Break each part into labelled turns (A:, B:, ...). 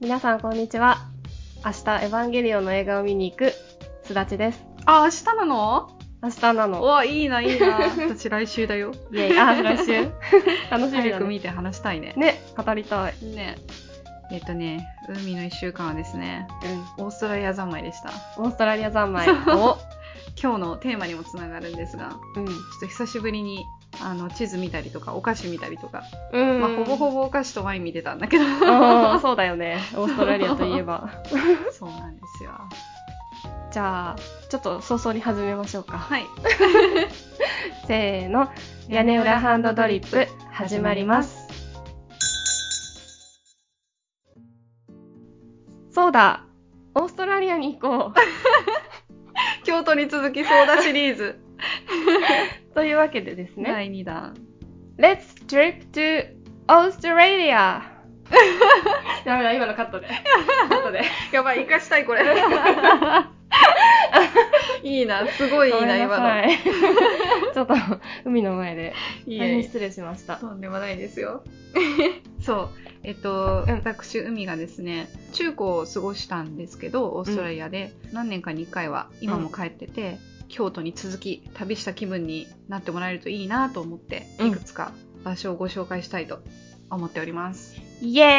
A: 皆さんこんにちは明日エヴァンゲリオンの映画を見に行くすだちです
B: あ、明日なの
A: 明日なの
B: わ、いいな、いいな。私来週だよ。
A: イェイあ来週楽しみ
B: 早
A: だ
B: く
A: ね
B: 見て話したいね。
A: ね語りたい
B: ね。えっとね、海の一週間はですね、オーストラリア三昧でした。
A: オーストラリア三昧を
B: 今日のテーマにもつながるんですが、ち
A: う
B: ょ
A: ん
B: っと久しぶりに、あの、地図見たりとか、お菓子見たりとか、
A: うん
B: まあ、ほぼほぼお菓子とワイン見てたんだけど、
A: ぼそうだよねオーストラリアといえば
B: そうなんですよ。
A: じゃあちょっと早々に始めましょうか
B: はい。
A: せーの屋根裏ハンドドリップ始まりますそうだオーストラリアに行こう
B: 京都に続きそうだシリーズ。
A: というわけでですね
B: 第2弾。
A: Let's trip to Australia ダメだ今のカットでカットで
B: やばい、生かしたい、これ。 いいな、すごいい い
A: ご
B: な、
A: めん
B: 今
A: なさ
B: の。
A: い ちょっと海の前で
B: いい
A: 大変
B: え
A: 失礼しました
B: とんでもないですよ。 そう、えっと、
A: うん
B: 私、海がですね、中高を過ごしたんですけど、オーストラリアで、何年かに1回は、今も帰ってて、京都に続き、旅した気分になってもらえるといいなと思って、
A: うん
B: いくつか場所をご紹介したいと思っております。
A: イエーイ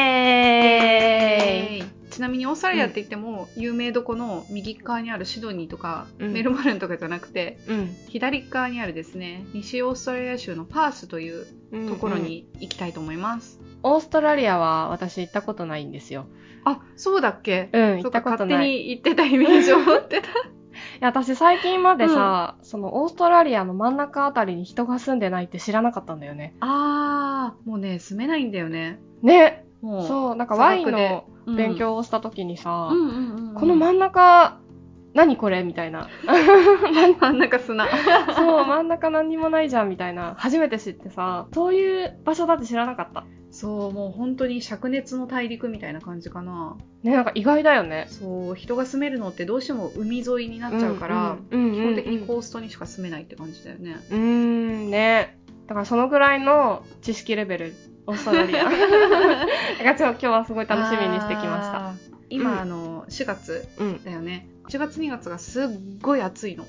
B: えーちなみにオーストラリアって言っても、有名どこの右側にあるシドニーとか、
A: うん
B: メルボルンとかじゃなくて、
A: うん
B: 左側にあるですね、西オーストラリア州のパースというところに行きたいと思います。
A: オーストラリアは私行ったことないんですよ。
B: あ、そうだっけ
A: うん、行
B: そ
A: っ
B: うか
A: たこと
B: 勝
A: な
B: 手
A: い。い
B: に行ってたイメージを持 ってた。
A: や、私最近までさ、そのオーストラリアの真ん中あたりに人が住んでないって知らなかったんだよね。
B: あー、もうね、住めないんだよね。
A: ね、
B: もう。
A: そう、なんか
B: 砂
A: ワイ
B: 漠
A: ン
B: で
A: の
B: うん
A: 勉、強をした時にさ、
B: うんうんうんうん
A: この真ん中、何これみたい な。
B: 真ん中砂。
A: そう、真ん中何にもないじゃんみたいな。初めて知ってさ、そういう場所だって知らなかった。
B: そう、もう本当に灼熱の大陸みたいな感じかな。
A: ね、なんか意外だよね。
B: そう、人が住めるのってどうしても海沿いになっちゃうから、
A: うん、うん
B: 基本的に
A: う
B: コーストにしか住めないって感じだよね。
A: んうん。うーん、ね。だからそのぐらいの知識レベル、オーストラ リア。だから今日はすごい楽しみにしてきました。
B: あー。今、
A: うん
B: あの、4月
A: うん。
B: だよね。1月2月がすっごい暑いの。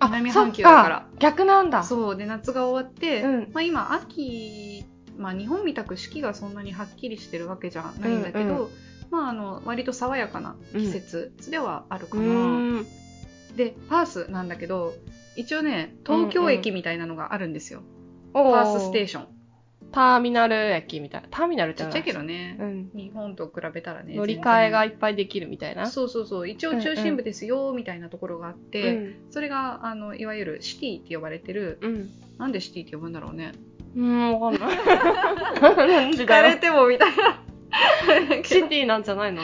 A: あ
B: 南半球だから
A: そっ逆なんだ。
B: そうで夏が終わって、
A: うん
B: まあ、今秋、まあ、日本みたく四季がそんなにはっきりしてるわけじゃないんだけ
A: う
B: ど、
A: んう
B: まあ、あの割と爽やかな季節ではあるか
A: う
B: な、
A: ーん。
B: でパースなんだけど一応ね東京駅みたいなのがあるんですよ、
A: お
B: パースステー
A: シ
B: ション
A: ターミナル駅みたいな。ターミナルって
B: ちっ
A: な
B: ちゃいけどね
A: う、ん。
B: 日本と比べたらね
A: 乗り換えが
B: 全
A: いっぱいできるみたいな。
B: 然そうそうそう一応中心部ですよみたいなところがあって、
A: うん
B: それがあのいわゆるシティって呼ばれてる
A: うん。
B: なんでシティって呼ぶんだろうね
A: うん、わかんない。なん でだ
B: 聞かれ
A: ろ
B: てもみたいな
A: う。シティなんじゃないの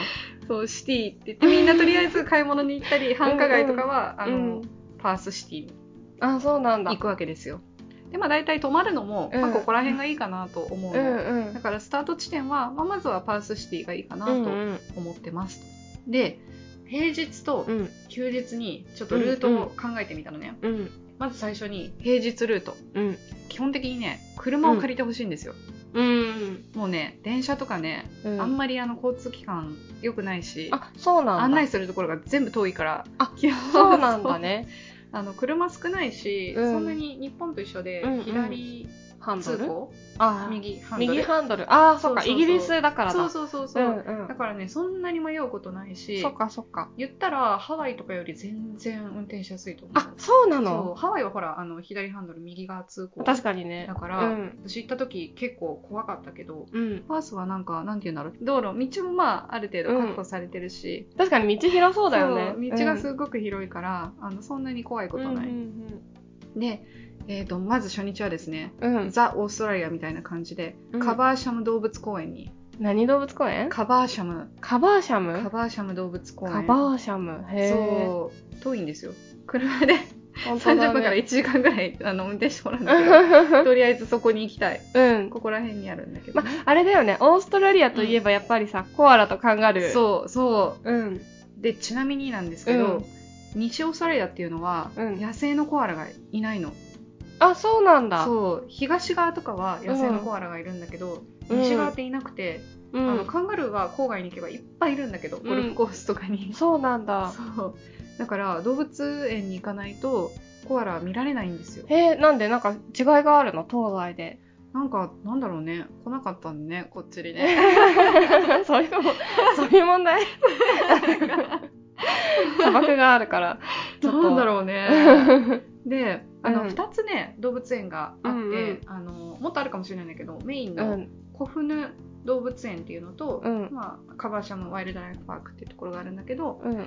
B: そう、シティって言って、みんなとりあえず買い物に行 ったり、繁華街とかは、あの、
A: うん。
B: パースシティに
A: あ、そうなんだ
B: 行。くわけですよ。で、まあ大体泊まるのも、
A: うん
B: まあここら辺がいいかなと思う
A: う
B: の。
A: んう
B: だ
A: ん。
B: からスタート地点は、まあまずはパースシティがいいかな
A: うんう
B: と
A: ん
B: 思ってます。で、平日と
A: うん
B: 休日にちょっとルートを考えてみたのね。
A: うん
B: まず最初に平日ルート。
A: うん
B: 基本的にね、車を借りてほしいんですよ。
A: うん
B: もうね、電車とかね、
A: うん
B: あんまりあの交通機関良くないし、
A: あそうなんだ
B: 案内するところが全部遠いから、
A: あ
B: 基本
A: そうなんだね
B: そうあの車少ないし、
A: うん
B: そんなに日本と一緒で、
A: うんうん
B: 左
A: ハンド
B: 通
A: ル
B: 行、
A: あ右
B: 右ハンドル
A: 右ハンドルああそっか
B: そうそうそう
A: イギリスだからだ
B: そうそうそうそう、
A: うんうん
B: だからねそんなに迷うことないし
A: そっかそっか
B: 言ったらハワイとかより全然運転しやすいと思う
A: あそうな
B: そ
A: の
B: うハワイはほらあの左ハンドル右側通行
A: 確かにね
B: だから、
A: うん
B: 私行った時結構怖かったけど
A: うん
B: パースはなんかなんて言うんだろう道路道もまあある程度確保されてるし、
A: 確かに道広そうだよね
B: そう道が
A: ごい
B: すごく広いから、あのそんなに怖いことない、
A: うん
B: で、えー、とまず初日はですね、
A: うんうん
B: ザ・オーストラリアみたいな感じで、
A: うん
B: カバーシャム動物公園に、
A: 何動物公園
B: カバーシャム、
A: カバーシャ
B: カ
A: ム
B: バーシャム動物公園。
A: カバーシャムへえ
B: そう、遠いんですよ。車で
A: 本当
B: 30
A: だ
B: 分から
A: ね
B: 1時間ぐらいあの運転してもらうんだ けど、とりあえずそこに行きたい。
A: うん
B: ここら辺にあるんだけど
A: ま
B: ね、
A: あれだよねオーストラリアといえばやっぱりさコアラとカンガルーう
B: そう、そ
A: うん
B: う。で、ちなみになんですけど、西オーストラリアっていうのは、
A: うん
B: 野生のコアラがいないの。
A: あそうなんだ
B: そう、東側とかは野生のコアラがいるんだけど、
A: うん
B: 西側っていなくて、
A: う
B: あの
A: ん、
B: カンガルーは郊外に行けばいっぱいいるんだけど、ゴルフコースとかに、
A: そうなんだ
B: そうだから動物園に行かないとコアラは見られないんですよ
A: えー、なんでなんか違いがあるの東西で
B: なんかなんだろうね来なかったんでねこっちに ね
A: そういうも そういう問題 砂漠があるからちょっと
B: なんだろ うねであの、
A: うん
B: 2つね動物園があって、
A: うんうん
B: あのもっとあるかもしれないんだけどメイン
A: う
B: の
A: ん
B: コフヌ動物園っていうのと、
A: うん
B: まあ、カバーシャムワイルドライフパークっていうところがあるんだけど
A: うん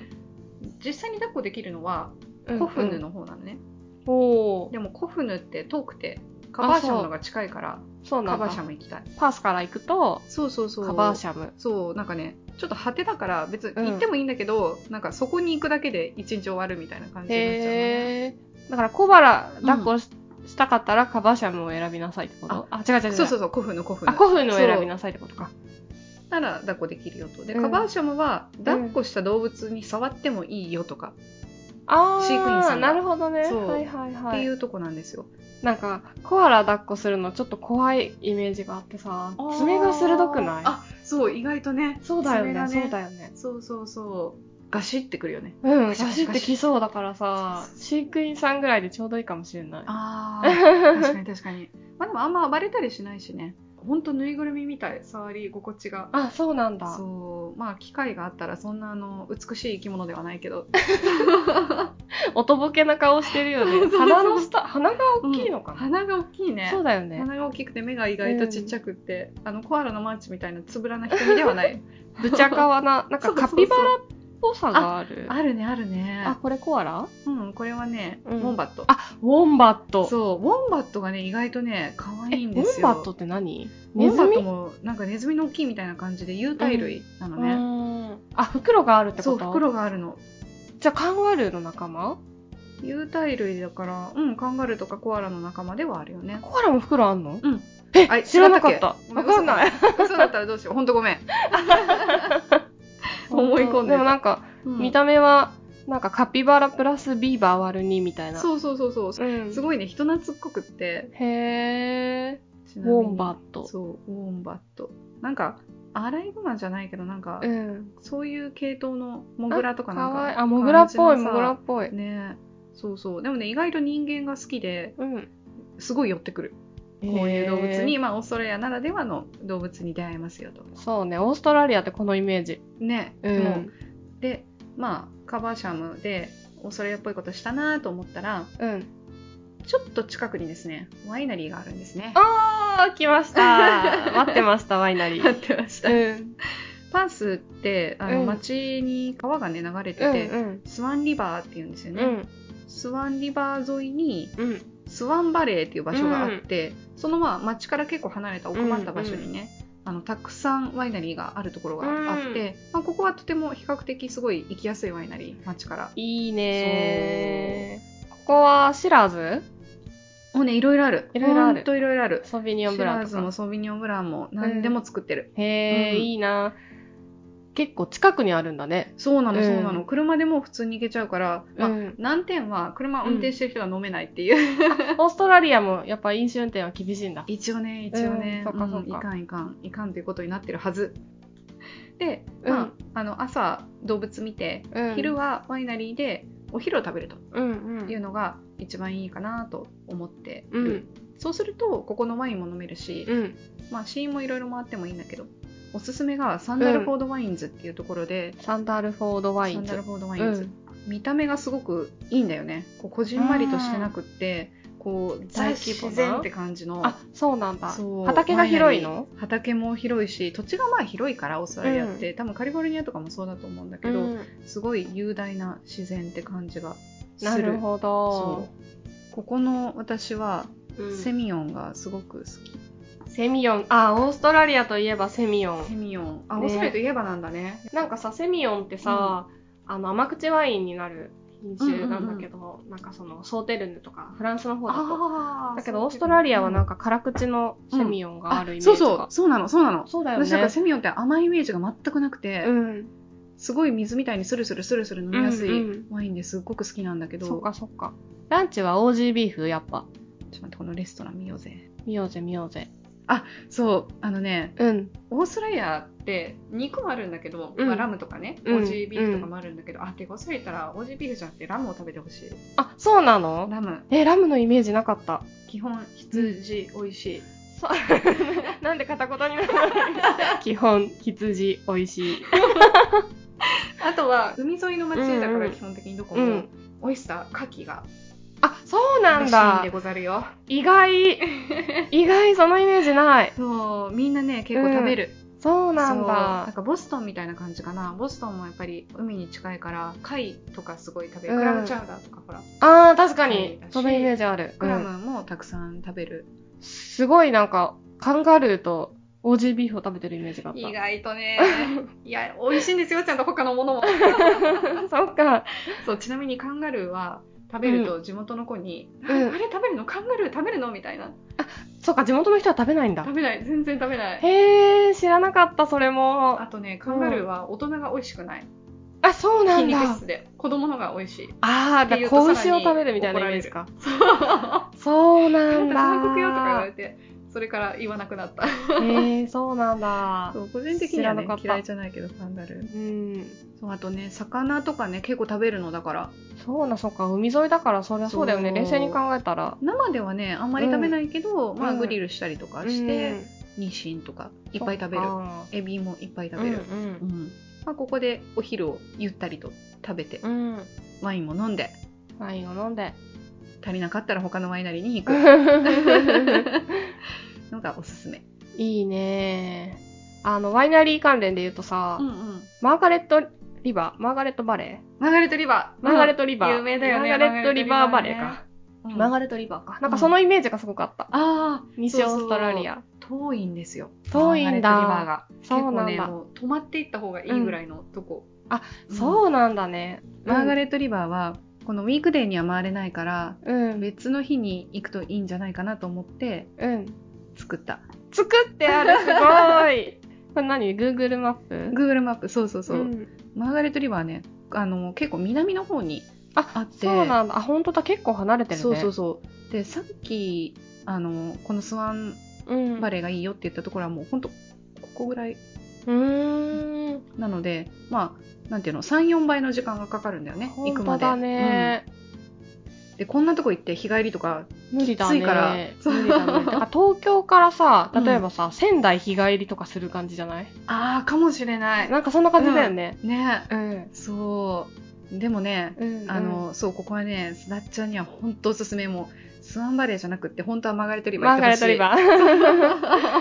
B: 実際に抱っこできるのは
A: うん
B: コフヌの方なのね、
A: うんおー
B: でもコフヌって遠くてカバーシャムの方が近いから
A: そうな
B: カ
A: んだ
B: バーシャム行きたい
A: パースから行くと
B: そうそうそう
A: カバーシャム
B: そうなんかねちょっと果てだから別に行ってもいいんだけど、なんかそこに行くだけで一日終わるみたいな感じになっちゃうのね
A: へえだから小腹抱っこし,、たかったらカバーシャムを選びなさいってことあ違う違う違う
B: そうそうそう古風の古風
A: あ
B: の
A: 古風のを選びなさいってことか
B: なら抱っこできるよとで、
A: うん
B: カバーシャムは抱っこした動物に触ってもいいよとか
A: ああ
B: 飼育員さんが
A: なるほどね
B: そう
A: はいはい
B: っ
A: は
B: てい
A: いう
B: とこなんですよ、
A: なんかコアラ抱っこするのちょっと怖いイメージがあってさ
B: あー
A: 爪が鋭くない
B: あそう意外とね
A: そうだよね
B: 爪が
A: そうだよね
B: そうそうそうガシってくるよね
A: うん
B: ガシャガ
A: 走
B: シャ
A: ってきそうだからさ飼育員さんぐらいでちょうどいいかもしれない
B: あー 確かに確かにまあでもあんま暴れたりしないしねほんとぬいぐるみみたい触り心地が
A: あそうなんだ
B: そうまあ機会があったらそんなあの美しい生き物ではないけど
A: おとぼけな顔してるよね鼻の下鼻が大きいのかな、
B: 鼻が大きいね
A: そうだよね
B: 鼻が大きくて目が意外とちっちゃくって、あのコアラのマーチみたいなつぶらな瞳ではない
A: ぶちゃかわな、なんかカピバラっぽさがある。
B: あるねあるね
A: あこれコアラ
B: うんこれはね、
A: うん
B: ウォンバット
A: あウォンバット。
B: そうウォンバットがね意外とね可
A: え
B: 愛いん
A: ウ
B: で
A: ォ
B: す
A: ン
B: よ
A: バットって何
B: ウォ
A: ネ
B: ン
A: ズ
B: バッ
A: ミ
B: トもなんかネズミの大きいみたいな感じで有袋類なの
A: う
B: ね、
A: ーんあ、袋があるって
B: そ
A: こ
B: う
A: と
B: 袋があるの
A: じゃあカンガルーの仲間
B: 有袋類だからうんカンガルーとかコアラの仲間ではあるよね
A: コアラも袋あんの
B: うん
A: え
B: あ
A: 知らなかった。
B: 知らなか
A: わか
B: った
A: んない。
B: 嘘だったらどうしようほんとごめん思い込んでた
A: もなんか、
B: うん
A: 見た目は、なんかカピバラプラスビーバー割る2みたいな。
B: そうそうそうそう
A: うん。
B: すごいね人懐っこくって
A: へー。
B: ちなみに
A: ウォンバット。
B: そうウォンバットなんかアライグマじゃないけどなんか、
A: うん。
B: そういう系統のモグラとかなん
A: わいい。
B: か
A: あ、モグラっぽい、
B: 感じの
A: モ
B: さ
A: グラっぽい。
B: ねそうそうでもね意外と人間が好きで
A: うん。
B: すごい寄ってくるこういう動物に、まあオーストラリアならではの動物に出会えますよと
A: そうね、オーストラリアってこのイメージ。
B: ね、
A: う
B: でも
A: ん。
B: でまあカバーシャムでオーストラリアっぽいことしたなと思ったら
A: うん。
B: ちょっと近くにですねワイナリーがあるんですね
A: あー、来ました。待ってました、ワイナリ
B: やっ
A: ー。
B: てました、
A: うん。
B: パースってあの、
A: うん
B: 町に川がね流れてて、
A: うん。
B: スワンリバーっていうんですよ
A: う
B: ね、
A: ん。
B: スワンリバー沿いに
A: うん。
B: スワンバレーっていう場所があって、そのまあ町から結構離れた奥まった場所にね、あのたくさんワイナリーがあるところがあって、まあ、ここはとても比較的すごい行きやすいワイナリー町から
A: いいねー。ここはシラーズ
B: もうねいろいろある
A: いろいろある
B: ほんといろいろある
A: ソビ
B: シ
A: ニオンブラ
B: ラー
A: ン
B: ズ
A: と
B: も
A: か。
B: ソビニョンブランも何でも作ってる、
A: へー、
B: うん
A: いいな。結構近くにあるんだね。
B: そうなの
A: うん
B: そうなの、車でもう普通に行けちゃうから、まあ
A: うん
B: 難点は車運転してる人は飲めないっていう、
A: オーストラリアもやっぱ飲酒運転は厳しいんだ。
B: 一応ね一応ね、
A: うんそっかそっ
B: い
A: か
B: かんいかんいかんということになってるはずで、
A: うん
B: まあ、あの朝動物見て、
A: うん
B: 昼はワイナリーでお昼を食べる
A: うんう。
B: というんのが一番いいかなと思って
A: う
B: る、
A: ん。
B: そうするとここのワインも飲めるし、
A: うん。
B: まあ試飲もいろいろ回ってもいいんだけどおすすめがサンダルフォードワインズっていうところで、
A: サンダルフォードワイ
B: サ
A: ン
B: ンダル
A: ズ。
B: フォードワイ
A: う
B: ンズ、
A: ん。
B: 見た目がすごくいいんだよねこうこじんまりとしてなくってこうザ
A: 大規模な
B: 自然って感じの
A: あ、そうなんだ
B: そう。
A: 畑が広いの
B: 畑も広いし土地がまあ広いからオーストラリアって、多分カリフォルニアとかもそうだと思うんだけど、
A: うん
B: すごい雄大な自然って感じがする
A: なるほど
B: そ。うここの私は
A: うん
B: セミヨンがすごく好き、
A: セミヨン、あ、オーストラリアといえばセミヨ
B: セ
A: ン。
B: ミヨンあ
A: ね
B: オーストラリアといえばなんだね
A: なんかさ、セミヨンってさ、あの、甘口ワインになる品種なんだけど、なんかその、ソーテルヌとか、フランスの方だと。
B: あ
A: だけど、オーストラリアはなん
B: か
A: か辛口のセミヨンがあるイメージ
B: そ
A: が。
B: うそうそうなのそうなの
A: そうだよね。
B: 私なんかセミヨンって甘いイメージが全くなくて、
A: うん。
B: すごい水みたいにスルスルスルスル飲みやす
A: うんう
B: いワインですっごく好きなんだけど、
A: そっかそっか。ランチはオージービーフやっぱ。
B: ちょっと待ってこのレストラン見ようぜ
A: 見ようぜ見ようぜ。
B: そうあのね
A: うん。
B: オーストラリアって肉もあるんだけど、
A: うん
B: まあ、ラムとかね、
A: うん
B: オージービーフとかもあるんだけど、あてかオーストラリア行ったらオージービーフじゃなくてラムを食べてほしい
A: あ、そうなの
B: ラム
A: え、ラムのイメージなかった。
B: 基本羊美味しい、
A: そうなんで片言になるの 基本、羊、美味しい。
B: あとは海沿いの町だか
A: うんう
B: ら
A: ん
B: 基本的にどこ
A: う
B: も
A: ん。
B: オイスター牡蠣が
A: あ、そうなん
B: 美味しいん
A: だ
B: で。ござるよ
A: 意 外。意外、そのイメージない。
B: そうみんなね結構食べる、
A: そうなん
B: そうなん
A: だ。
B: かボストンみたいな感じかなボストンもやっぱり海に近いから貝とかすごい食べる、
A: うん
B: クラムチャウダーとかほら
A: あー、確か
B: はい
A: に
B: だ。し
A: そのイメージある。
B: クラ
A: うん
B: ムもたくさん食べる、
A: すごいなんか、カンガルーとオージービーフを食べてるイメージがあった。
B: 意外とねいや美味しいんですよちゃんと他のも のも
A: そっか。
B: そうちなみにカンガルーは食べると地元の子に「
A: ん
B: あ
A: うん
B: あれ食べるのカンガルー食べるの?」みたいな
A: そっか、地元の人は食べないんだ
B: 食。べない全然食べない
A: へー、知らなかった、それも
B: あ。とねカンガルーは大人が美味しくない
A: あ、そうな
B: 筋
A: んだ。
B: 肉質で子供のが美味しい
A: ああ、
B: って
A: だ
B: 言うと
A: 子
B: さ
A: 牛
B: ら
A: を
B: に
A: 食べるみたいなイメージか。 そう。
B: 「あ
A: なんん
B: た
A: だ。
B: 韓国よ」とか言われてそれから言わなくなった
A: へえー、そうなんだ。
B: 個人
A: 的にはね嫌い
B: じゃないけどカンガルー
A: うん。
B: そうあとね魚とかね結構食べるのだから
A: そうな、そっか。海沿いだから、そりゃそうだよね。
B: そう
A: 冷静に考えたら。
B: 生ではねあんまり食べないけど、
A: ん
B: まあ
A: うん
B: グリルしたりとかして、ニシンとか
A: い
B: いっぱい食べる
A: 食
B: エビもいっぱい食べる、
A: うん
B: うんまあ、ここでお昼をゆったりと食べて、
A: うん。うん。
B: ワインも飲んで
A: ワインを飲んで。
B: 足りなかったら他のワイナリーに行く のがおすすめ、
A: いいねあの、ワイナリー関連で言うとさ、
B: うん、
A: マーガレットリバー、マーガレットバレ
B: マーガレットリバー
A: ーマーガレットリバー。
B: 有名だよね
A: マーガレットリバーバレーか。
B: うん
A: マーガレットリバーか。なんかそのイメージがすごかった。
B: ああ
A: 西オーストラリア。
B: 遠いんですよ
A: 遠いんだ
B: マーガレットリバーが
A: そうなんだ
B: 結構ねもう泊まっていった方がいいぐらいのとこ、うん
A: そうなんだね。
B: マーガ
A: レ
B: レットリバーはこのウィークデーには回れないから
A: うん。
B: 別の日に行くといいんじゃないかなと思って
A: うん。
B: 作った
A: 作ってあ る、すごい。これ何 ?Google マップ
B: Google マップそうそうそう、
A: ん
B: マーガレットリバーはねあの結構南の方に
A: あ
B: あって
A: そうなんだ。あ、本当だ。結構離れてるね。
B: そうそうそうでさっきあのこのスワン
A: うん。
B: バレーがいいよって言ったところはもうほんとここぐらいう
A: ーん。
B: なのでまあなんていうの34倍の時間がかかるんだよね行
A: 本
B: く
A: 当
B: まで
A: だね。
B: うんでこんなとこ行って日帰りとか
A: 無理だ
B: きつ
A: ね。
B: いから
A: 無理だね。だから東京からさ、例えばさ、仙台日帰りとかする感じじゃない
B: ああかもしれない
A: なんかそんな感じだよね。
B: ね
A: うん。
B: そうでもね
A: うん。
B: あの、そうここはねすなっちゃんには本当おすすめもうスワンバレーじゃなくって本当はマーガレットリ
A: マ
B: バー行
A: ー
B: っ
A: ガ
B: て
A: レ
B: ほ
A: ッ
B: し
A: トリ
B: い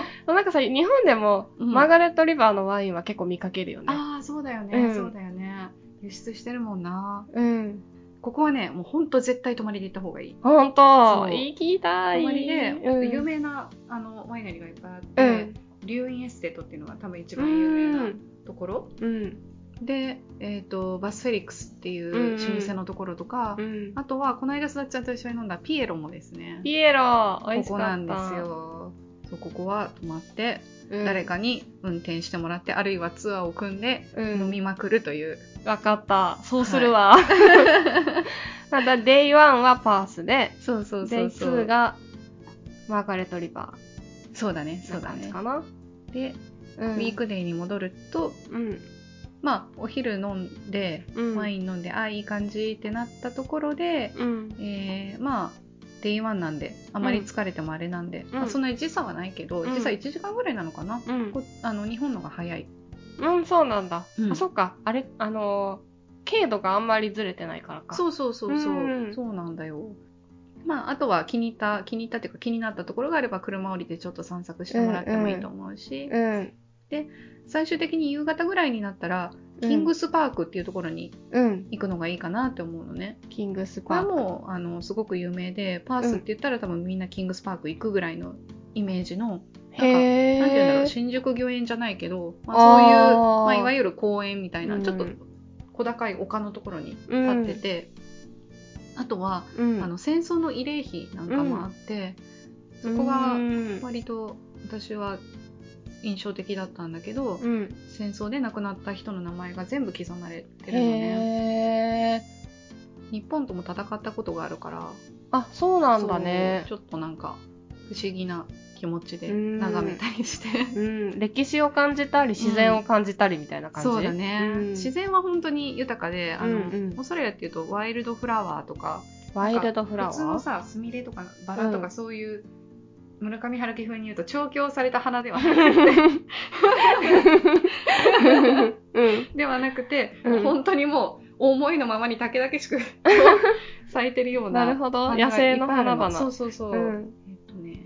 A: バ ー。なんかさ、日本でも、
B: うん
A: マーガレットリバーのワインは結構見かけるよね。
B: ああそうだよね、
A: うん
B: そうだよね輸出してるもんな
A: うん。
B: ここはねもう本当絶対泊まりで行った方がいい
A: ほんと
B: そう
A: 言い切りた
B: 泊
A: い。
B: まりで、
A: うん、
B: 有名なあのワイナリーがいっぱいあっ
A: う
B: て
A: ん。
B: 龍雲、エステートっていうのが多分一
A: う。
B: 番有名なんところ
A: うん。
B: で、えー、とバスフェリックスってい
A: んう
B: うん老舗のところとか、
A: うん。
B: あとはこの間すだっちゃんと一緒に飲んだピエロもですね
A: ピエロ、美
B: こ
A: 味しか
B: こ
A: った。
B: なんです。よそうここは泊まって
A: うん、
B: 誰かに運転してもらって、あるいはツアーを組んで
A: う
B: 飲み
A: ん。
B: まくるという、
A: わかった。そうするわ。 ただ、デイワンはパースで、
B: そうそうそ
A: デイ
B: う
A: ツ
B: そう
A: ーがマーガレットリバ
B: そうだね
A: ー。
B: そうだね
A: かな。
B: で、
A: うん。
B: ウィー。クデーに戻ると
A: うん。
B: まあお昼飲んで
A: うん。
B: ワイン飲んで、あいい感じってなったところで、
A: うん。
B: えーまあデイワンなんであまり疲れてもあれなんで、まあそんなに時差はないけど、
A: うん
B: 時差1時間ぐらいなのかな、
A: うん。
B: こあの日本のが早い
A: うん、そうなんだ。
B: うん
A: あ、そっか。あれ、あのー、軽度があんまりずれてないからか。う。
B: そうそうそうそう、
A: うん
B: そうなんだよまああとは気に入った気に入ったっていうか気になったところがあれば車降りてちょっと散策してもらってもいいと思うし、
A: うん。
B: 最終的に夕方ぐらいになったら、キングスパークっていうところに
A: うん。
B: 行くのがいいかなって思うのね
A: キングス
B: こ
A: パ
B: れは
A: ーク。
B: もうあのすごく有名でパースって言ったら多分みんなキングスパーク行くぐらいのイメージの
A: へえ。
B: なんて言うんだろう新宿御苑じゃないけど、まあ、
A: あ
B: そういう
A: ー
B: まあ、いわゆる公園みたいな、
A: うん
B: ちょっと小高い丘のところに立ってて、あとは、
A: うん
B: あの戦争の慰霊碑なんかもあって、そこが
A: うん
B: 割と私は印象的だったんだけど、
A: うん。
B: 戦争で亡くなった人の名前が全部刻まれてるの
A: へえ。
B: ね日本とも戦ったことがあるから
A: あ、そうなんだね。
B: そうちょっとなんか不思議な気持ちで眺めたりして、
A: うん、歴史を感じたり自然を感じたりみたいな感じ、
B: そうだね、
A: うん
B: 自然は本当に豊かであの、
A: うんうん
B: オーストラリアっていうとワイルドフラワーとか
A: ワイルドフラワ
B: 普通の
A: ー
B: さスミレとかバラと
A: う
B: か
A: ん
B: そういう、村上春樹風に言うと調教された花ではなく
A: うん、
B: ではなくて、
A: うん
B: 本当にもう思いのままにたけだけし く咲いてるような
A: なるほど
B: 花が
A: 野生の花
B: いっぱいある
A: 々
B: そうそうそう、
A: うん
B: えっとね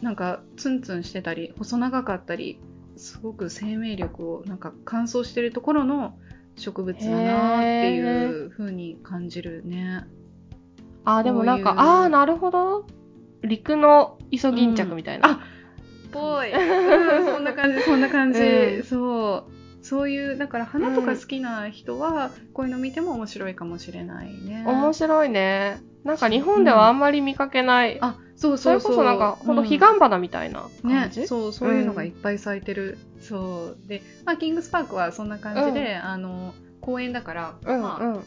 B: なんかツンツンしてたり細長かったりすごく生命力をなんか乾燥してるところの植物だなっていう風に感じるね
A: あでもなんか
B: こういう
A: ああなるほど陸のイソギンチャクみたいな、
B: うんぽい、うんそんな感じ そんな感じ、
A: うん
B: そうそういうだから花とか好きな人は、こういうの見ても面白いかもしれないね
A: 面白いねなんか日本ではあんまり見かけない、
B: あそう
A: そ
B: そ
A: れ
B: う
A: こ
B: そう
A: そなんかこの
B: うん
A: 彼岸花みたいな感
B: ね
A: じ、、
B: そうそういうのがいっぱい咲いてる、そうで、まあ、キングスパークはそんな感じで、あの公園だから、
A: うん
B: ま
A: う
B: あ、
A: ん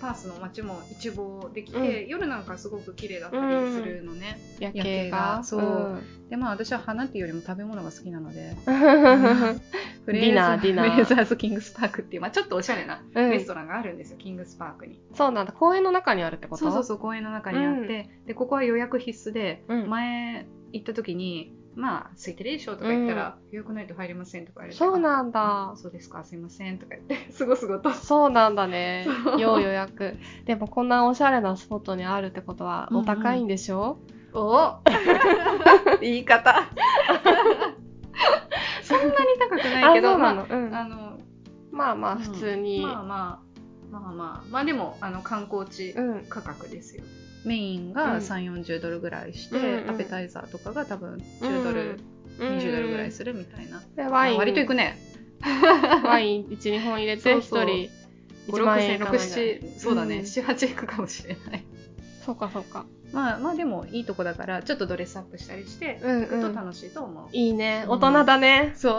B: パースの街も一望できて、
A: う
B: 夜なんかすごく綺麗だったりするのね、
A: 夜
B: 夜
A: 景
B: 景
A: が
B: がそうでまあ私は花っていうよりも食べ物が好きな ので
A: うん
B: フレ
A: ディ
B: ーザー
A: ナーディナー
B: フレーザーズキングスパークっていう、まあ、ちょっとおしゃれな
A: うん
B: レストランがあるんですよ、キングスパークに
A: そうなんだ公園の中にあるってこと
B: そうそうそう公園の中にあって、でここは予約必須で、
A: うん
B: 前行った時にまあ空いてるでしょとか言ったら、予約ないと入れませんとか言われて
A: そうなんだ
B: そうですか、すいませんとか言って、 すごすごと。
A: そうなんだね要予約でもこんなおしゃれなスポットにあるってことは
B: うんうん
A: お高いんでしょ、
B: お言い方。そんなに高くないけ
A: あそ
B: ど、
A: うな
B: ま
A: の、うん
B: あ、あの、
A: まあまあ
B: うん
A: 普通に、
B: まあまあ、まあまあ、まあでも、あの、観光地
A: うん
B: 価格ですよ。メイン
A: うん
B: が3、40ドルぐらいして、
A: うんうん
B: アペタイザーとかが多分10ドル、20ドルぐらいするみたいな。
A: るでワイン
B: 割といくね。
A: ワイン12本入れて
B: そ
A: 1
B: うそう
A: 人
B: 5、
A: 1万円
B: 6、
A: いかないぐ
B: 千、6、
A: らい
B: 7、そうだね、
A: うん
B: 7、8いくかもしれない。
A: そうかそうか
B: まあまあでもいいとこだから、ちょっとドレスアップしたりして、
A: うん
B: 行
A: う
B: く
A: ん
B: と楽しいと思う。
A: いいね
B: うん
A: 大人だね、
B: そう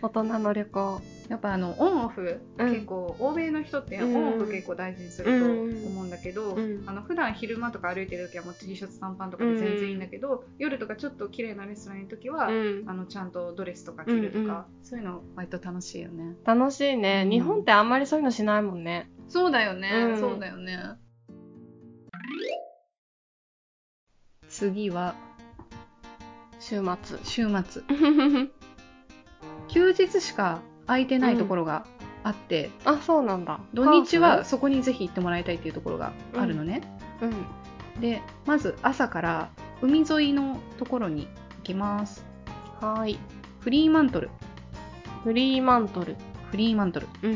A: 大人の旅行
B: やっぱあのオンオフ、
A: うん
B: 結構欧米の人ってオ
A: うん
B: ンオフ結構大事にすると思うんだけど、
A: うん
B: あの普段昼間とか歩いてる時はもう T シャツ短パンとかで全然いいんだけど、夜とかちょっと綺麗なレストランの時は、
A: うん
B: あのちゃんとドレスとか着るとか、
A: うんうん
B: そういうの割と楽しいよね
A: 楽しいね、
B: うん
A: 日本ってあんまりそういうのしないもんね
B: そうだよね、
A: うん
B: そうだよね次は
A: 週 末
B: 週末休日しか空いてないところがあって、
A: あそうなんだ
B: 土日はそこにぜひ行ってもらいたいっていうところがあるのね、
A: うん
B: でまず朝から海沿いのところに行きます
A: はーい
B: フリーマントル
A: フリーマントル
B: フリーマントル、
A: うん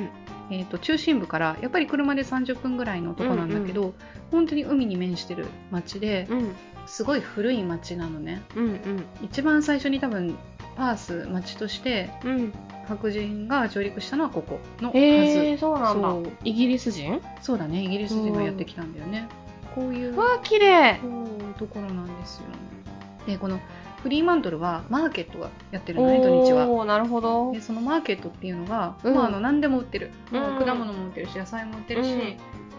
B: えー、と中心部からやっぱり車で30分ぐらいのとこなんだけど、本当に海に面してる町で
A: うん
B: すごい古い町なのね
A: うん
B: 一番最初に多分パース町として
A: うんうん
B: 白人が上陸したのはここのはず、
A: へえー、そうなんだ
B: そう
A: イギリス人
B: そうだねイギリス人がやってきたんだよねこういう
A: わあ綺麗
B: そうところなんですよでこのフリーマントルはマーケットがやってるのね土日は
A: おーなるほど
B: でそのマーケットっていうのが、
A: うん
B: まあ、あの何でも売ってる、
A: うん
B: まあ果物も売ってるし野菜も売ってるし、
A: うん
B: ま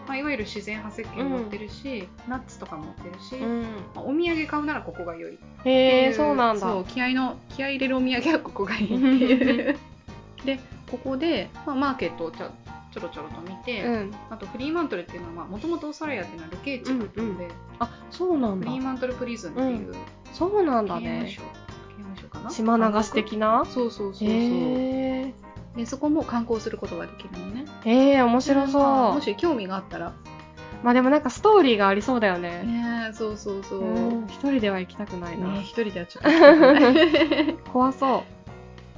B: あ、いわゆる自然派石鹸も売ってるし、ナッツとかも売ってるし、
A: うん
B: まあ、お土産買うならここが良いっていう
A: へえー、そうなんだ
B: そう気合いの気合い入れるお土産はここがいいっていう でここで、まあ、マーケットをちょちょろちょろと見て、
A: うん
B: あとフリーマントルっていうのはもともとオーストラリアっていうのは流刑地だったので、
A: あそうなん
B: フ
A: だ
B: リーマントルプリズンっていう、
A: そうなんだ
B: 刑務
A: ね
B: 所刑務所かな
A: 島流し的な
B: そうそうそうそう、
A: へえ
B: でそこも観光することができるのね
A: ー、えー、面白そう、
B: まあもし興味があったら
A: まあでもなんかストーリーがありそうだよね
B: ねそうそうそうう、
A: ん一人では行きたくないな、
B: ね一人ではちょっと行きたくない
A: 怖そう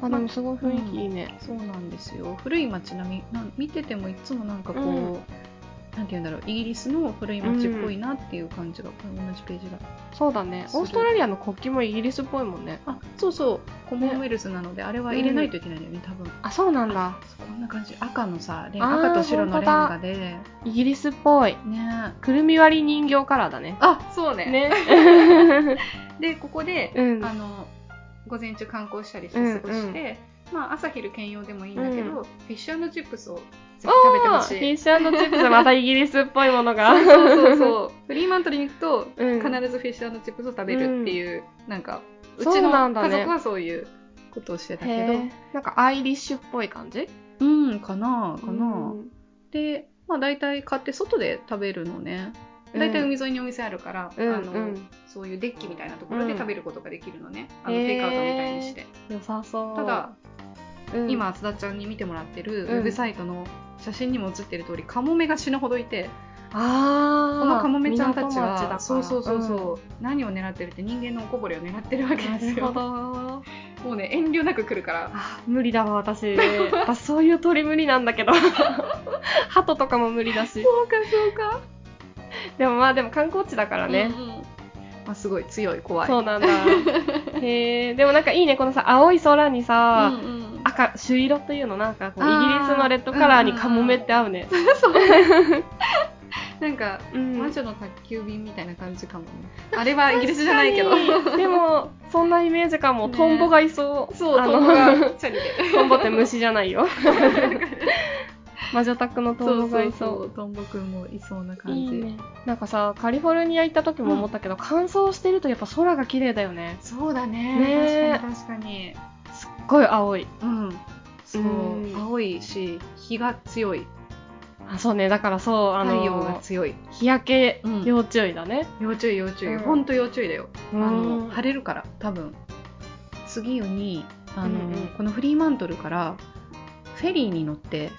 A: あで
B: ま
A: もすごい雰囲気いいね、
B: そうなんですよ古い街並みなん見ててもいつもなんかこう、
A: うん
B: なんて言うんだろうイギリスの古い街っぽいなっていう感じが、これ同じページだ
A: そうだね
B: する
A: オーストラリアの国旗もイギリスっぽいもんね
B: あそうそうコモンウェルスなので、あれは入れないといけないんだよね多分、
A: あそうなんだ
B: そうこんな感じ赤のさレン
A: あー
B: 赤と白のレンガでね
A: イギリスっぽいくるみ割り人形カラーだね
B: あそうね
A: ね
B: でここで、
A: うん
B: あの午前中観光したりして
A: うん
B: 過ごして、まあ、朝昼兼用でもいいんだけど、
A: う
B: フィッシュチップスをぜひ食べてほし
A: フィ
B: い
A: ッシュチップス、またイギリスっぽいものが。
B: そうそうそう フリーマントリに行くと
A: うん
B: 必ずフィッシュチップスを食べるっていう、なんかう
A: そ
B: ち
A: う
B: の
A: なんだね
B: 家族はそういうことをしてたけ
A: へ
B: ど
A: ーなんかアイリッシュっぽい感じ
B: うんかなかな、
A: うん
B: でまあ大体買って外で食べるのね
A: うん
B: 大体海沿いにお店あるから、
A: うん
B: あの
A: うん
B: そういうデッキみたいなところで食べることができるのね、あの
A: へー
B: テイクアウトみたいにして
A: 良さそう。
B: ただ、
A: うん、
B: 今津田ちゃんに見てもらってるウ
A: うん
B: ェブサイトの写真にも写ってる通りカモメが死ぬほどいて
A: あー
B: このカモメちゃんたち
A: 港町だか
B: は
A: ら
B: そうそうそうそう、何を狙ってるって人間のおこぼれを狙ってるわ
A: うん
B: け
A: な
B: です
A: るほ
B: よ
A: ど。
B: もうね遠慮なく来るから
A: あ無理だわ、私。私、そういう鳥無理なんだけ ど。鳩とかも無理だし。
B: そうかそうか
A: でもまあ、でも観光地だからね。
B: うんうんまあ、すごい強い怖い
A: そうなんだ。へえ、でもなんかいいね、このさ、青い空にさ、
B: うんうん
A: 赤、朱色というの、なんかこう、
B: あー
A: イギリスのレッドカラーにカモメって合うね。
B: なんか
A: うん
B: 魔女の宅急便みたいな感じかもね。あれはイギリスじゃないけど。
A: 確かにでも、そんなイメージかも。
B: ね
A: トンボがいそう。
B: そう、
A: あ
B: ト
A: の
B: ンボがチャリで。
A: トンボって虫じゃ ないよ。魔女宅のトンボがいそう。
B: う、トンボくんもいそうな感じ。
A: いいねなんかさ、カリフォルニア行った時も思ったけど、乾燥してるとやっぱ空が綺麗だよね。
B: そうだ
A: ね
B: ね。確かに
A: すっごい青い。
B: 確かに。うん。そう
A: うん、
B: 青いし、日が強い。
A: あ、そうね。だからそう、あ
B: 太陽が
A: の、
B: 強い。
A: 日焼け
B: うん
A: 要注意だね。
B: 要注意、要注
A: う
B: 意。
A: ん
B: ほんと要注意だよ。あ
A: う
B: の、
A: ん
B: 晴れるから、多分。次に、あ
A: うんうん
B: の、このフリーマントルから、フェリーに乗って、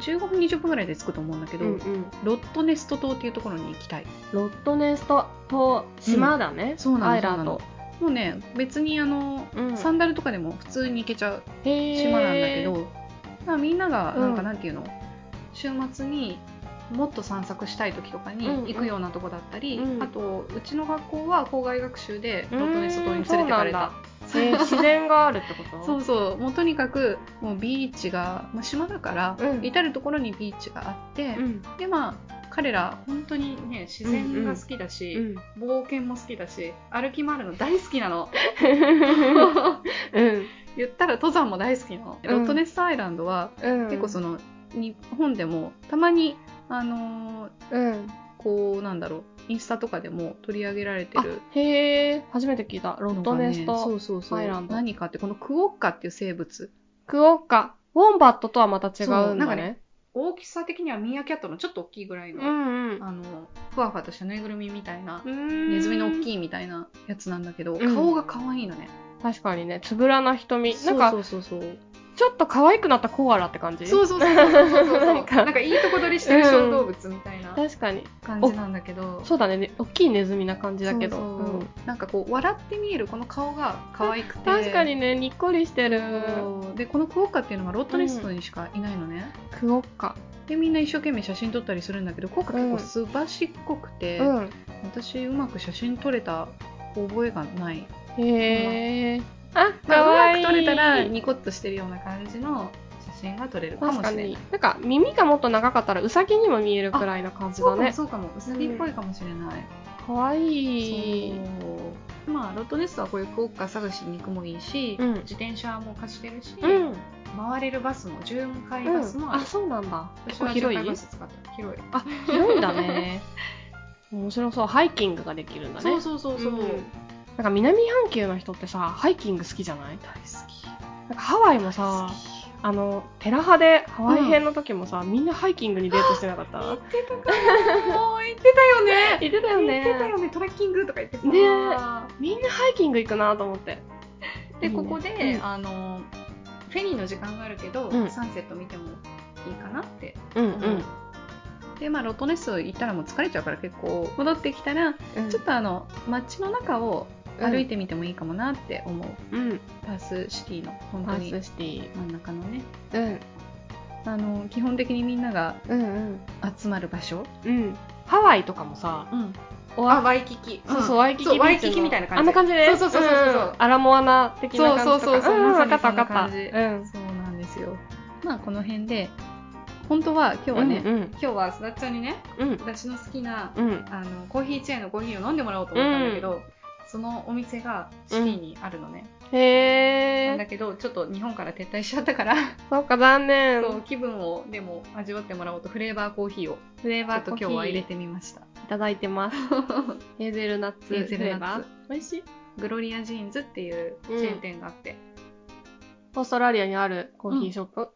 B: 15分、20分ぐらいで着くと思うんだけ
A: う
B: ど、
A: んうん
B: ロットネスト島っていうところに行きたい
A: ロットネストと島だね。
B: そうなの
A: アイランド。
B: もうね別にあの、
A: うん
B: サンダルとかでも普通に行けちゃう
A: へ
B: 島なんだけど、
A: ー。
B: まあみんなが
A: うん
B: なんかなんていうの、週末にもっと散策したい時とかに
A: うんうん
B: 行くようなとこだったり、
A: うん
B: あとうちの学校は校外学習で
A: う
B: ロ
A: ん
B: ットネスト島に連れてかれた
A: そう なんだえー自然があるってこと
B: そうそうもうとにかくもうビーチが、まあ、島だから、
A: うん
B: 至る所にビーチがあって、
A: うん。
B: でまあ彼ら本当にね自然が好きだし、
A: うん。
B: 冒険も好きだし歩き回るの大好きなの
A: うん。
B: 言ったら登山も大好きなの、
A: うん
B: ロットネストアイランドは
A: うん。
B: 結構その日本でもたまにあのー
A: うん。
B: こうなんだろうインスタとかでも取り上げられて
A: あ
B: る、
A: へえ。初めて聞いた。ロッ
B: の
A: ト
B: がね
A: ネスト。
B: そうそうそう
A: アイランド
B: 何かってこのクオッカっていう生物
A: クオッカ。ウォンバットとはまた違うん
B: そうな
A: だ
B: んかね
A: ね。
B: 大きさ的にはミーアキャットのちょっと大きいぐらいの、
A: ん
B: あのふわふわとしたぬいぐるみみたいな、
A: ん
B: ネズミの大
A: い。
B: きいみたいなやつなんだけど、
A: うん
B: 顔が可愛いのね、
A: 確かにね、つぶらな瞳。なんか、
B: そうそうそうそう
A: ちょっと可愛くなったコアラって感じ
B: そうそうそうそうそうそう
A: な
B: なんん
A: か
B: かいいとこ取りしてる小動物みたいな
A: 確かに。
B: 感じなんだけど、
A: そうだねね、大きいネズミな感じだけど。
B: そう
A: う
B: そうんなんかこう笑って見えるこの顔が可愛くて
A: 確かにね、にっこりしてる。
B: そうでこのクオッカっていうのはロットネストにしかいないのね、
A: クオッカ。
B: でみんな一生懸命写真撮ったりするんだけどクオッカ結構すばしっこくて、
A: うん。
B: 私うまく写真撮れた覚えがない、
A: へえ。あ、
B: まあ
A: 可愛い。
B: うまく撮れたらニコッとしてるような感じの写真が撮れるかも
A: 確
B: し
A: か
B: れない
A: に。なんか、耳がもっと長かったら、ウサギにも見えるくらいな感じ
B: そ
A: だ
B: うかも
A: ね。
B: そうかもうさぎっぽいかもしれない、
A: 可愛い。
B: そうまあロットネストはこういうクオッカ探しに行くもいいし、
A: うん
B: 自転車も貸してるし、
A: うん。
B: 回れるバスも巡回
A: う
B: バス
A: ん
B: もあ
A: あ、
B: る、
A: そうなんだ。結
B: 私
A: 構
B: は
A: 広
B: 巡回
A: い
B: バス使った広い、
A: あ、広いんだ ね。面白そう。ハイキングができるんだね。
B: そうそうそうそう、
A: うん
B: 大好
A: なんか南半球の人ってさ、ハイキング好きじゃない
B: き
A: なんかハワイも
B: 大
A: さ
B: 好、
A: あの、テラ派でハワイ編の時もさ、みんなハイキングにデートしてなかっ
B: き行
A: た
B: ってたかなもう行ってたよね
A: 言ってたよ
B: 行
A: ね
B: ってたよねトラッキングとか言ってさ、
A: ねみんなハイキング行くなと思って。
B: でここで、
A: うん
B: あのフェリーの時間があるけど、
A: うん
B: サンセット見てもいいかなって
A: うん
B: 思う、でまあロットネスト行ったらもう疲れちゃうから結構戻ってきたら
A: うん。
B: ちょっとあの街の中を歩い
A: て、
B: てみてもいいかもなって思う、
A: うん。
B: パースシティの本
A: パ
B: 当
A: ー
B: に
A: スシティ。
B: 真ん中のね
A: うん。
B: あの基本的にみんなが
A: うんうん。
B: 集まる場所、
A: うん。ハワイとかもさ、お
B: あワイキキ
A: そうそう、ワイキキビーチの
B: ワイキキみたいな感じ
A: あんな感じね。
B: そうそうそうそうそうん
A: アラモアナ的な感じとか。
B: そうそうそうそうんまさ
A: わ
B: に
A: かったわかっ
B: そんな
A: た。
B: 感じ
A: うん。
B: そうなんですよまあこの辺で本当は今日はね、今日はすだっちゃんにね
A: うん。うん。
B: 私の好きな
A: うん。
B: あのコーヒーチェーンのコーヒーを飲んでもらおうと思ったんだけど、そのお店がシティにあるのね、
A: へ
B: なんだ
A: え。
B: けどちょっと日本から撤退しちゃったから
A: そうか、残念。
B: そう気分をでも味わってもらおうとフレーバーコーヒーを
A: フレー
B: ちょ
A: バ
B: っ
A: ー
B: と
A: コーヒ
B: 今
A: ー
B: 日は入れてみました
A: いただいて ます。ヘーゼルナッツフ
B: ヘーゼ
A: レ
B: ル
A: ー
B: ナ
A: バ
B: ッ
A: ー
B: ツ。
A: 美味しい。
B: グロリアジーンズっていうチェーン店があって、
A: オーストラリアにあるコーヒーショップ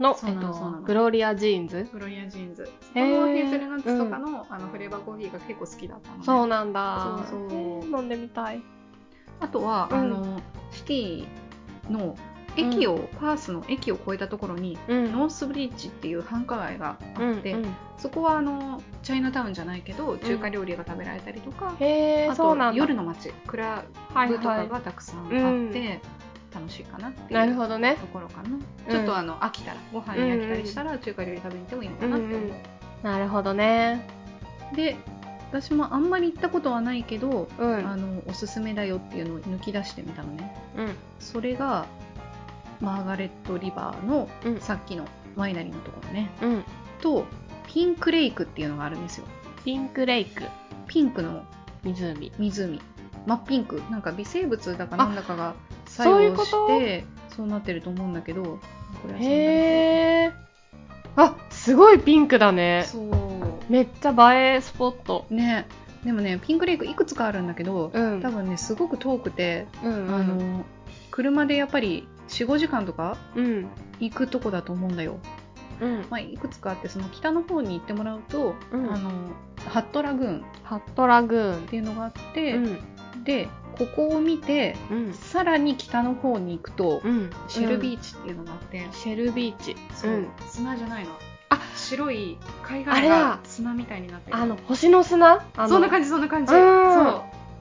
A: の、
B: そう
A: えっ
B: なのそうな
A: と
B: の、
A: グロリアジーンズ。
B: グロリアジーンズそこ
A: へー
B: のヘーゼルナッツとかの,、あのフレーバーコーヒーが結構好きだったの、ね、
A: そうなんだ。
B: そうそう
A: えー飲んでみたい。
B: あとは、
A: うん
B: あのシティの駅を、パースの駅を越えたところに
A: うん
B: ノースブリッジっていう繁華街があって、
A: うんうん
B: そこはあのチャイナタウンじゃないけど中華料理が食べられたりとか、
A: へえ、
B: あ
A: そ
B: と
A: うなんだ。
B: 夜の街クラ
A: はい
B: ブと
A: は
B: か
A: い。
B: がたくさんあって、
A: うん
B: 楽しいかなっていう
A: なるほどね。
B: ところかな、
A: うん
B: ちょっとあの飽きたらご飯に飽きたりしたら中華料理食べに行ってもいいのかなって思う、
A: うんうんなるほどね。
B: で私もあんまり行ったことはないけど、
A: うん。う
B: あ
A: ん。
B: のおすすめだよっていうのを抜き出してみたのねそれがマーガレット・リバーの
A: うん
B: さっきのワイナリーのところね
A: うん。
B: とピンクレイクっていうのがあるんですよ
A: ピンクレイク、
B: ピンクの
A: 湖。
B: 湖真っピンクなんか微生物だかなんだかが作
A: そういう
B: 用
A: こと
B: してそうなってると思うんだけどこれはそんな
A: へえ。あ、すごいピンクだね。
B: そう
A: めっちゃ映えスポット。
B: ねでもねピンクレイクいくつかあるんだけど
A: うん。
B: 多分ねすごく遠くて、
A: うん
B: あ
A: うん
B: の車でやっぱり45時間とか
A: うん。
B: 行くとこだと思うんだよ、
A: うん。
B: まあ、いくつかあってその北の方に行ってもらうと、
A: うん
B: あのハットラグーンっ
A: ハットラグーン。
B: ていうのがあって、
A: うん。
B: でここを見て
A: うん。
B: さらに北の方に行くと、
A: うん。
B: シェルビ
A: ーチ。
B: ーチっていうのがあって、
A: シェルビーチ。
B: そう
A: うん
B: 砂じゃないの
A: あ
B: 白い海
A: あ
B: 岸
A: れ
B: が
A: だ
B: 砂みたいになってる
A: あの、星の砂あの
B: そんな感じそんな感じ
A: うん
B: そ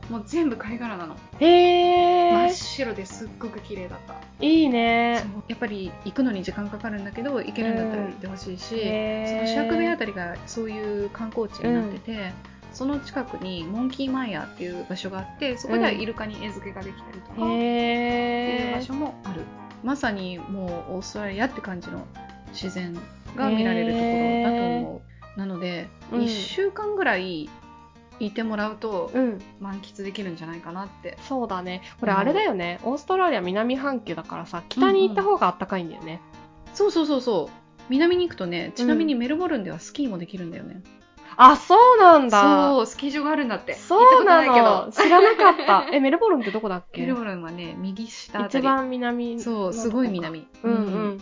B: うもう全部貝殻なの真
A: へ
B: っ
A: え。
B: 白ですっごく綺麗だった
A: いい
B: そ
A: ね。
B: うやっぱり行くのに時間かかるんだけど行けるんだったら行ってほしいし、その
A: へ
B: シ
A: ー
B: ャークベイあたりがそういう観光地になってて、その近くにモンキーマイヤーっていう場所があってそこではイルカに餌付けができたりとかっていう
A: へ
B: 場
A: え。
B: 所もある、まさにもうオーストラリアって感じの自然が見られるところだと思う、なので、
A: うん
B: 1週間ぐらいいてもらうと
A: うん。
B: 満喫できるんじゃないかなって
A: そうだね。これあれだよね。オーストラリア南半球だからさ、北に行った方が暖かいんだよね。
B: そうそうそうそう南に行くとねちなみにメルボルンではスキーもできるんだよね、
A: あ、そうなんだ。
B: そう、スキー場があるんだって。
A: そうな
B: 行ったことない
A: の。知らなかった。 え、メルボルンってどこだっけ
B: けど。メルボルンはね、右下あた
A: 一
B: り。
A: 番南のとこ
B: そう、すごい南。
A: うんうん。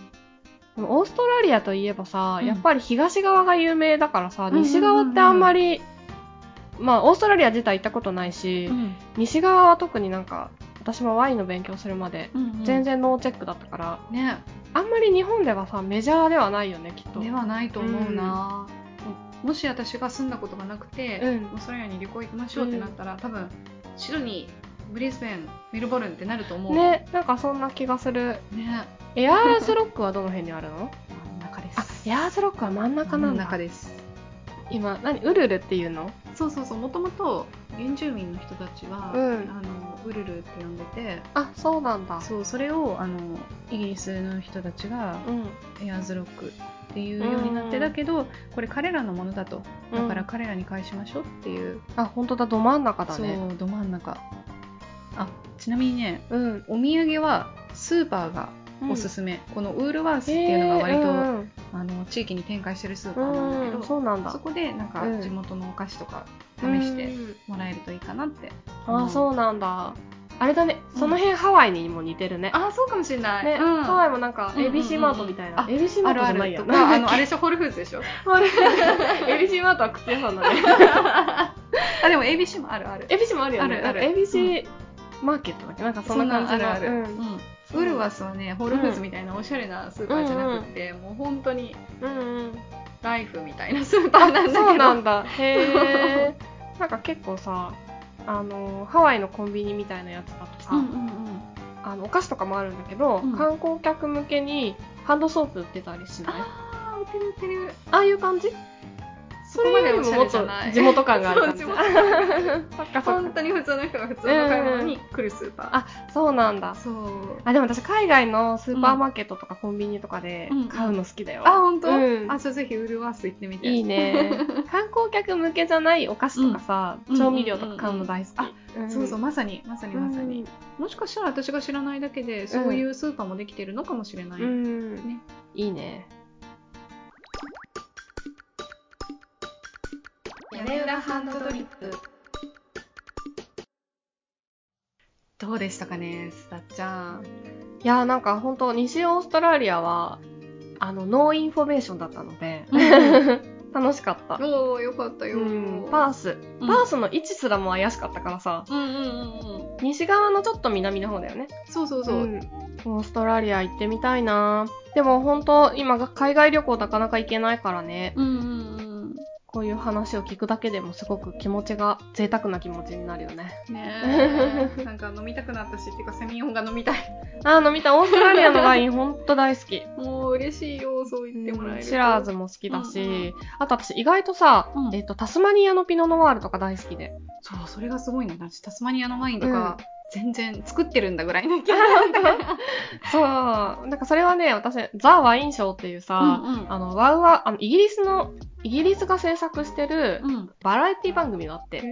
A: でもオーストラリアといえばさ、やっぱり東側が有名だからさ、
B: うん
A: 西側ってあんまり、まあ、オーストラリア自体行ったことないし
B: う、ん
A: 西側は特になんか、私もワインの勉強するまで、
B: うんうん
A: 全。然ノーチェックだったから、
B: ね、
A: あんまり日本ではさ、メジャーではないよね、きっと。
B: ではないと思うな。もし私が住んだことがなく
A: う
B: て、
A: ん
B: オ。ーストラリアに旅行行きましょうってなったら、多分、シドニー、ブリスベン、メルボルンってなると思う。。
A: ね、なんかそんな気がする。
B: ね。
A: エアーズロックはどの辺にあるの
B: 真ん中で
A: あ、
B: す。
A: エアーズロックは真ん中なんだ。
B: 中です。
A: 今、何ウルルっていうの
B: そうそうそう、もともと原住民の人たちは、
A: うん
B: あのウルルって呼んでて、
A: あ、そうなんだ。
B: そうそれをあのイギリスの人たちが
A: うん。
B: エアーズロックっていうようになってだけど、これ彼らのものだとだから彼らに返しましょうっていう、
A: あ、本当だ、ど真ん中だね。
B: そうど真ん中あちなみにね
A: うん。
B: お土産はスーパーがおすすめ、このウールワースっていうのが割と、
A: うん
B: あの地域に展開してるスーパ
A: う
B: ーなん
A: ん
B: だけど、
A: うん
B: そ
A: そうなんだ。
B: こでなんか
A: うん
B: 地元のお菓子とか試して
A: うん
B: もらえるといいかなって、
A: あー、そううなんだ。あれだね、
B: うん
A: その辺ハワイにも似てるね。
B: あーそうかもしれない、
A: ね、
B: うん
A: ハワイもなんか、
B: うんうんうん
A: ABC マートみたいな。
B: あ
A: ABC マ
B: あ
A: ートじ
B: るあ
A: ゃない
B: る
A: や
B: と
A: な
B: かあのあれでしょホールフーズ でしょ
A: ABC マートは靴屋さんだね。
B: あでも ABC もあるある
A: ABC もあるよね。
B: あるある
A: なんか ABC マーケットだっけなんかそんな感じの。
B: あるある、
A: うん
B: ウルワスはねホールフーズみたいなおしゃれなスーパーじゃなくて、もう本当に
A: うんうん。
B: ライフみたいなスーパーなんだけど
A: そう なんだ。へえ。 なんか結構さ、あの、ハワイのコンビニみたいなやつだとさ、
B: うんうん
A: あのお菓子とかもあるんだけど、
B: うん
A: 観光客向けにハンドソープ売ってたりしない
B: ああ売ってる売ってる
A: ああいう感じ
B: そ
A: こまでももっと地元感がある
B: そう
A: 感じ
B: 地元感
A: そっかそっ
B: 本
A: か
B: 当に普通の人が普通の買い物に来るスーパー、
A: あそうなんだ
B: そう
A: あでも私海外のスーパーマーケットとかコンビニとかで
B: うん
A: 買うの好きだよ、
B: あ本当、
A: うん
B: あじゃあぜひウルワース行ってみて
A: いい ね観光客向けじゃないお菓子とかさ、
B: うん
A: 調味料とか買うの大好き、ん
B: そうそうまさにまさにまさに、もしかしたら私が知らないだけでそういうスーパーもできてるのかもしれない、
A: うん、
B: ね
A: いいね
B: 屋根裏ハンドドリップどうでしたかねすだっちゃん
A: いやーなんか本当西オーストラリアはあのノーインフォメーションだったので楽しかった、
B: おおよかったよ、
A: うん、パース、
B: うん
A: パースの位置すらも怪しかったからさ
B: うんうんうんうん
A: 西側のちょっと南の方だよね
B: そうそうそう、
A: んオーストラリア行ってみたいなでも本当今が海外旅行なかなか行けないからね
B: うんうんうん
A: こういう話を聞くだけでもすごく気持ちが贅沢な気持ちになるよね
B: ねえ なんか飲みたくなったしっていうかセミヨンが飲みたい
A: あー飲みたいオーストラリアのワインほんと大好き
B: もう嬉しいよそう言ってもらえると
A: シラーズも好きだし、
B: うんう
A: あと私意外とさ、
B: うん
A: えっとタスマニアのピノノワールとか大好きで
B: そうそれがすごいね私タスマニアのワインとか、全然作ってるんだぐらいの気が
A: そうなんかそれはね私ザ・ワインショーっていうさ、
B: うんうん
A: あのワウワウあのイギリスのイギリスが制作してる
B: うん
A: バラエティ番組があって、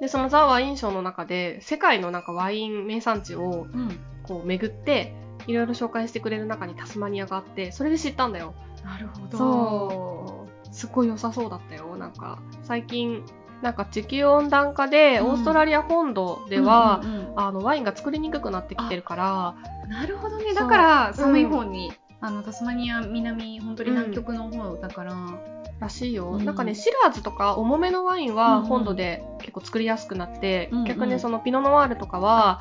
A: でそのザ・ワインショーの中で世界のなんかワイン名産地を
B: うん
A: こう巡っていろいろ紹介してくれる中にタスマニアがあってそれで知ったんだよ
B: なるほど
A: そうすごい良さそうだったよなんか最近なんか地球温暖化で
B: うん
A: オーストラリア本土では、
B: うんうんうん
A: あのワインが作りにくくなってきてるから
B: なるほど
A: そ
B: ね
A: う
B: だから寒い方に、あのタスマニア南本当に南極の方だから、
A: らしいよ、
B: うん
A: なんかねシラーズとか重めのワイン
B: うん
A: は
B: うん
A: 本土で結構作りやすくなって、
B: うんうん
A: 逆にそのピノノワールとかは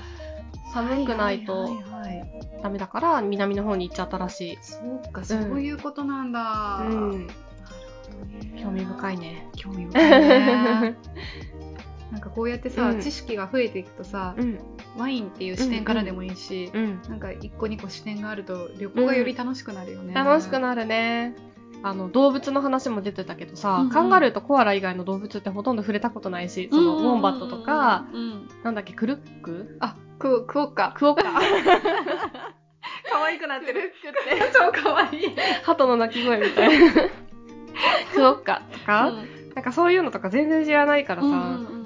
A: 寒くない
B: は
A: と
B: いはいはいはい
A: ダメだから南の方に行っちゃったらしい、
B: そうかそういうことなんだ、
A: うん、
B: なるほどね
A: 興味深い ね
B: 興味深いね なんかこうやってさ、
A: うん
B: 知識が増えていくとさ
A: うん
B: ワインっていう視点からでもいいし、
A: うん
B: なんか一個二個視点があると旅行がより楽しくなるよね。
A: 楽しくなるね。あの動物の話も出てたけどさ、
B: うんうん
A: カンガルーとコアラ以外の動物ってほとんど触れたことないし、そ
B: うんうん
A: の
B: うんうん
A: ウォンバットとか、、
B: うん
A: なんだっけ、クルック
B: あククオッカ
A: クオッカ
B: 可愛くなってる。 超可愛い。
A: 鳩の鳴き声みた いな。クオッカとか、
B: うん
A: なんかそういうのとか全然知らないからさ、
B: うんうんうん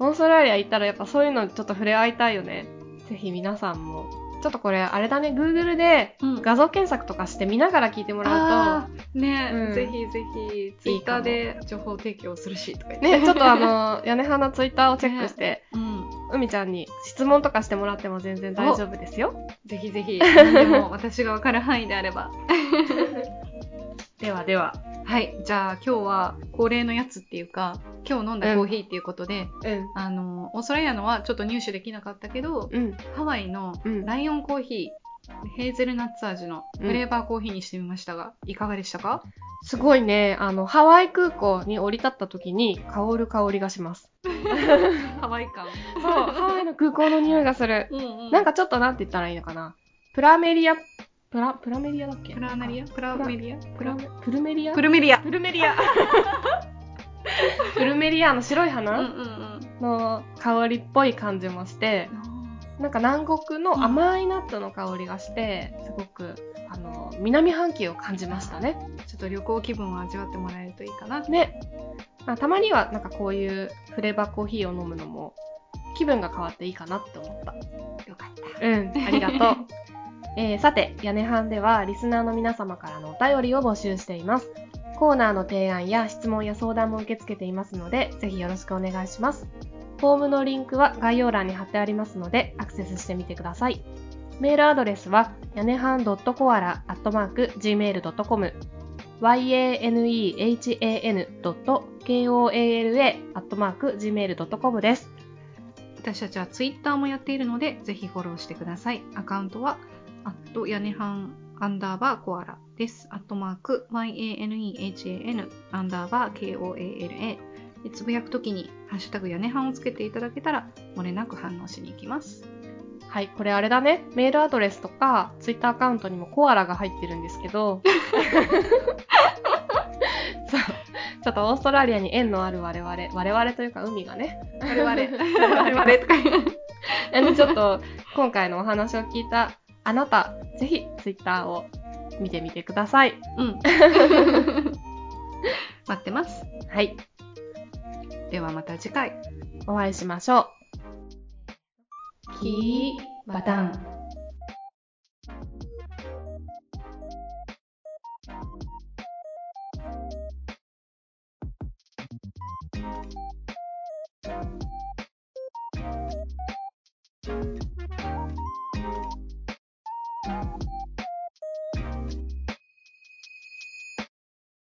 A: オーストラリア行ったらやっぱそういうのちょっと触れ合いたいよね。ぜひ皆さんも。ちょっとこれ、あれだね、Google で
B: うん
A: 画像検索とかして見ながら聞いてもらう
B: あーね、
A: うん
B: ぜひぜひツイッターで情報提供するしとか言っ
A: と、
B: て、
A: ね、ちょっとあの、屋根派のツイッターをチェックして、
B: うん、
A: 海ちゃんに質問とかしてもらっても全然大丈夫ですよ。
B: ぜ ひぜひ何でも私が分かる範囲であれば
A: ではでは。
B: はいじゃあ今日は恒例のやつっていうか今日飲んだコーヒーっていうことで、
A: うん。
B: あのオーストラリアのはちょっと入手できなかったけど、
A: うん。
B: ハワイの
A: うん。
B: ライオンコーヒー、ヘーゼルナッツ味のフレーバーコーヒーにしてみましたが、いかがでしたか
A: すごいね、あの、ハワイ空港に降り立った時に香る香りがします。
B: ハワイ感。
A: そう、 ハワイの空港の匂いがする。
B: うんうん、
A: なんかちょっとなんて言ったらいいのかな。プラメリア、プラ、プラメリアだっけ
B: プラナリ
A: ア
B: アプラメリア
A: プラ、プルメリア
B: プルメリア。
A: プルメリアプルメリアの白い花の香りっぽい感じもして、なんか南国の甘いナッツの香りがして、すごくあの南半球を感じましたね。
B: ちょっと旅行気分を味わってもらえるといいかな。
A: ね、まあ、たまにはなんかこういうフレーバーコーヒーを飲むのも気分が変わっていいかなって思った。
B: よかった。
A: うん、ありがとう。 えーさて、屋根班ではリスナーの皆様からのお便りを募集しています。コーナーの提案や質問や相談も受け付けていますので、ぜひよろしくお願いします。フォームのリンクは概要欄に貼ってありますので、アクセスしてみてください。メールアドレスは、屋根班 .coala.gmail.com yanehan.koala.gmail.com です。
B: 私たちはツイッターもやっているので、ぜひフォローしてください。アカウントは、アット屋根はんアンダーバーコアラです。アットマーク、yanehan アンダーバー koala。でつぶやくときに、ハッシュタグ屋根はんをつけていただけたら、漏れなく反応しに行きます。
A: はい、これあれだね。メールアドレスとか、ツイッターアカウン トにもコアラが入ってるんですけど。そう。ちょっとオーストラリアに縁のある我々、我々というか海がね、
B: 我 々、我々とか言う
A: あのちょっと今回のお話を聞いたあなた、ぜひツイッターを見てみてください。
B: うん。 待ってます。
A: はい、
B: ではまた次回。
A: お会いしましょう。
B: キーバタン。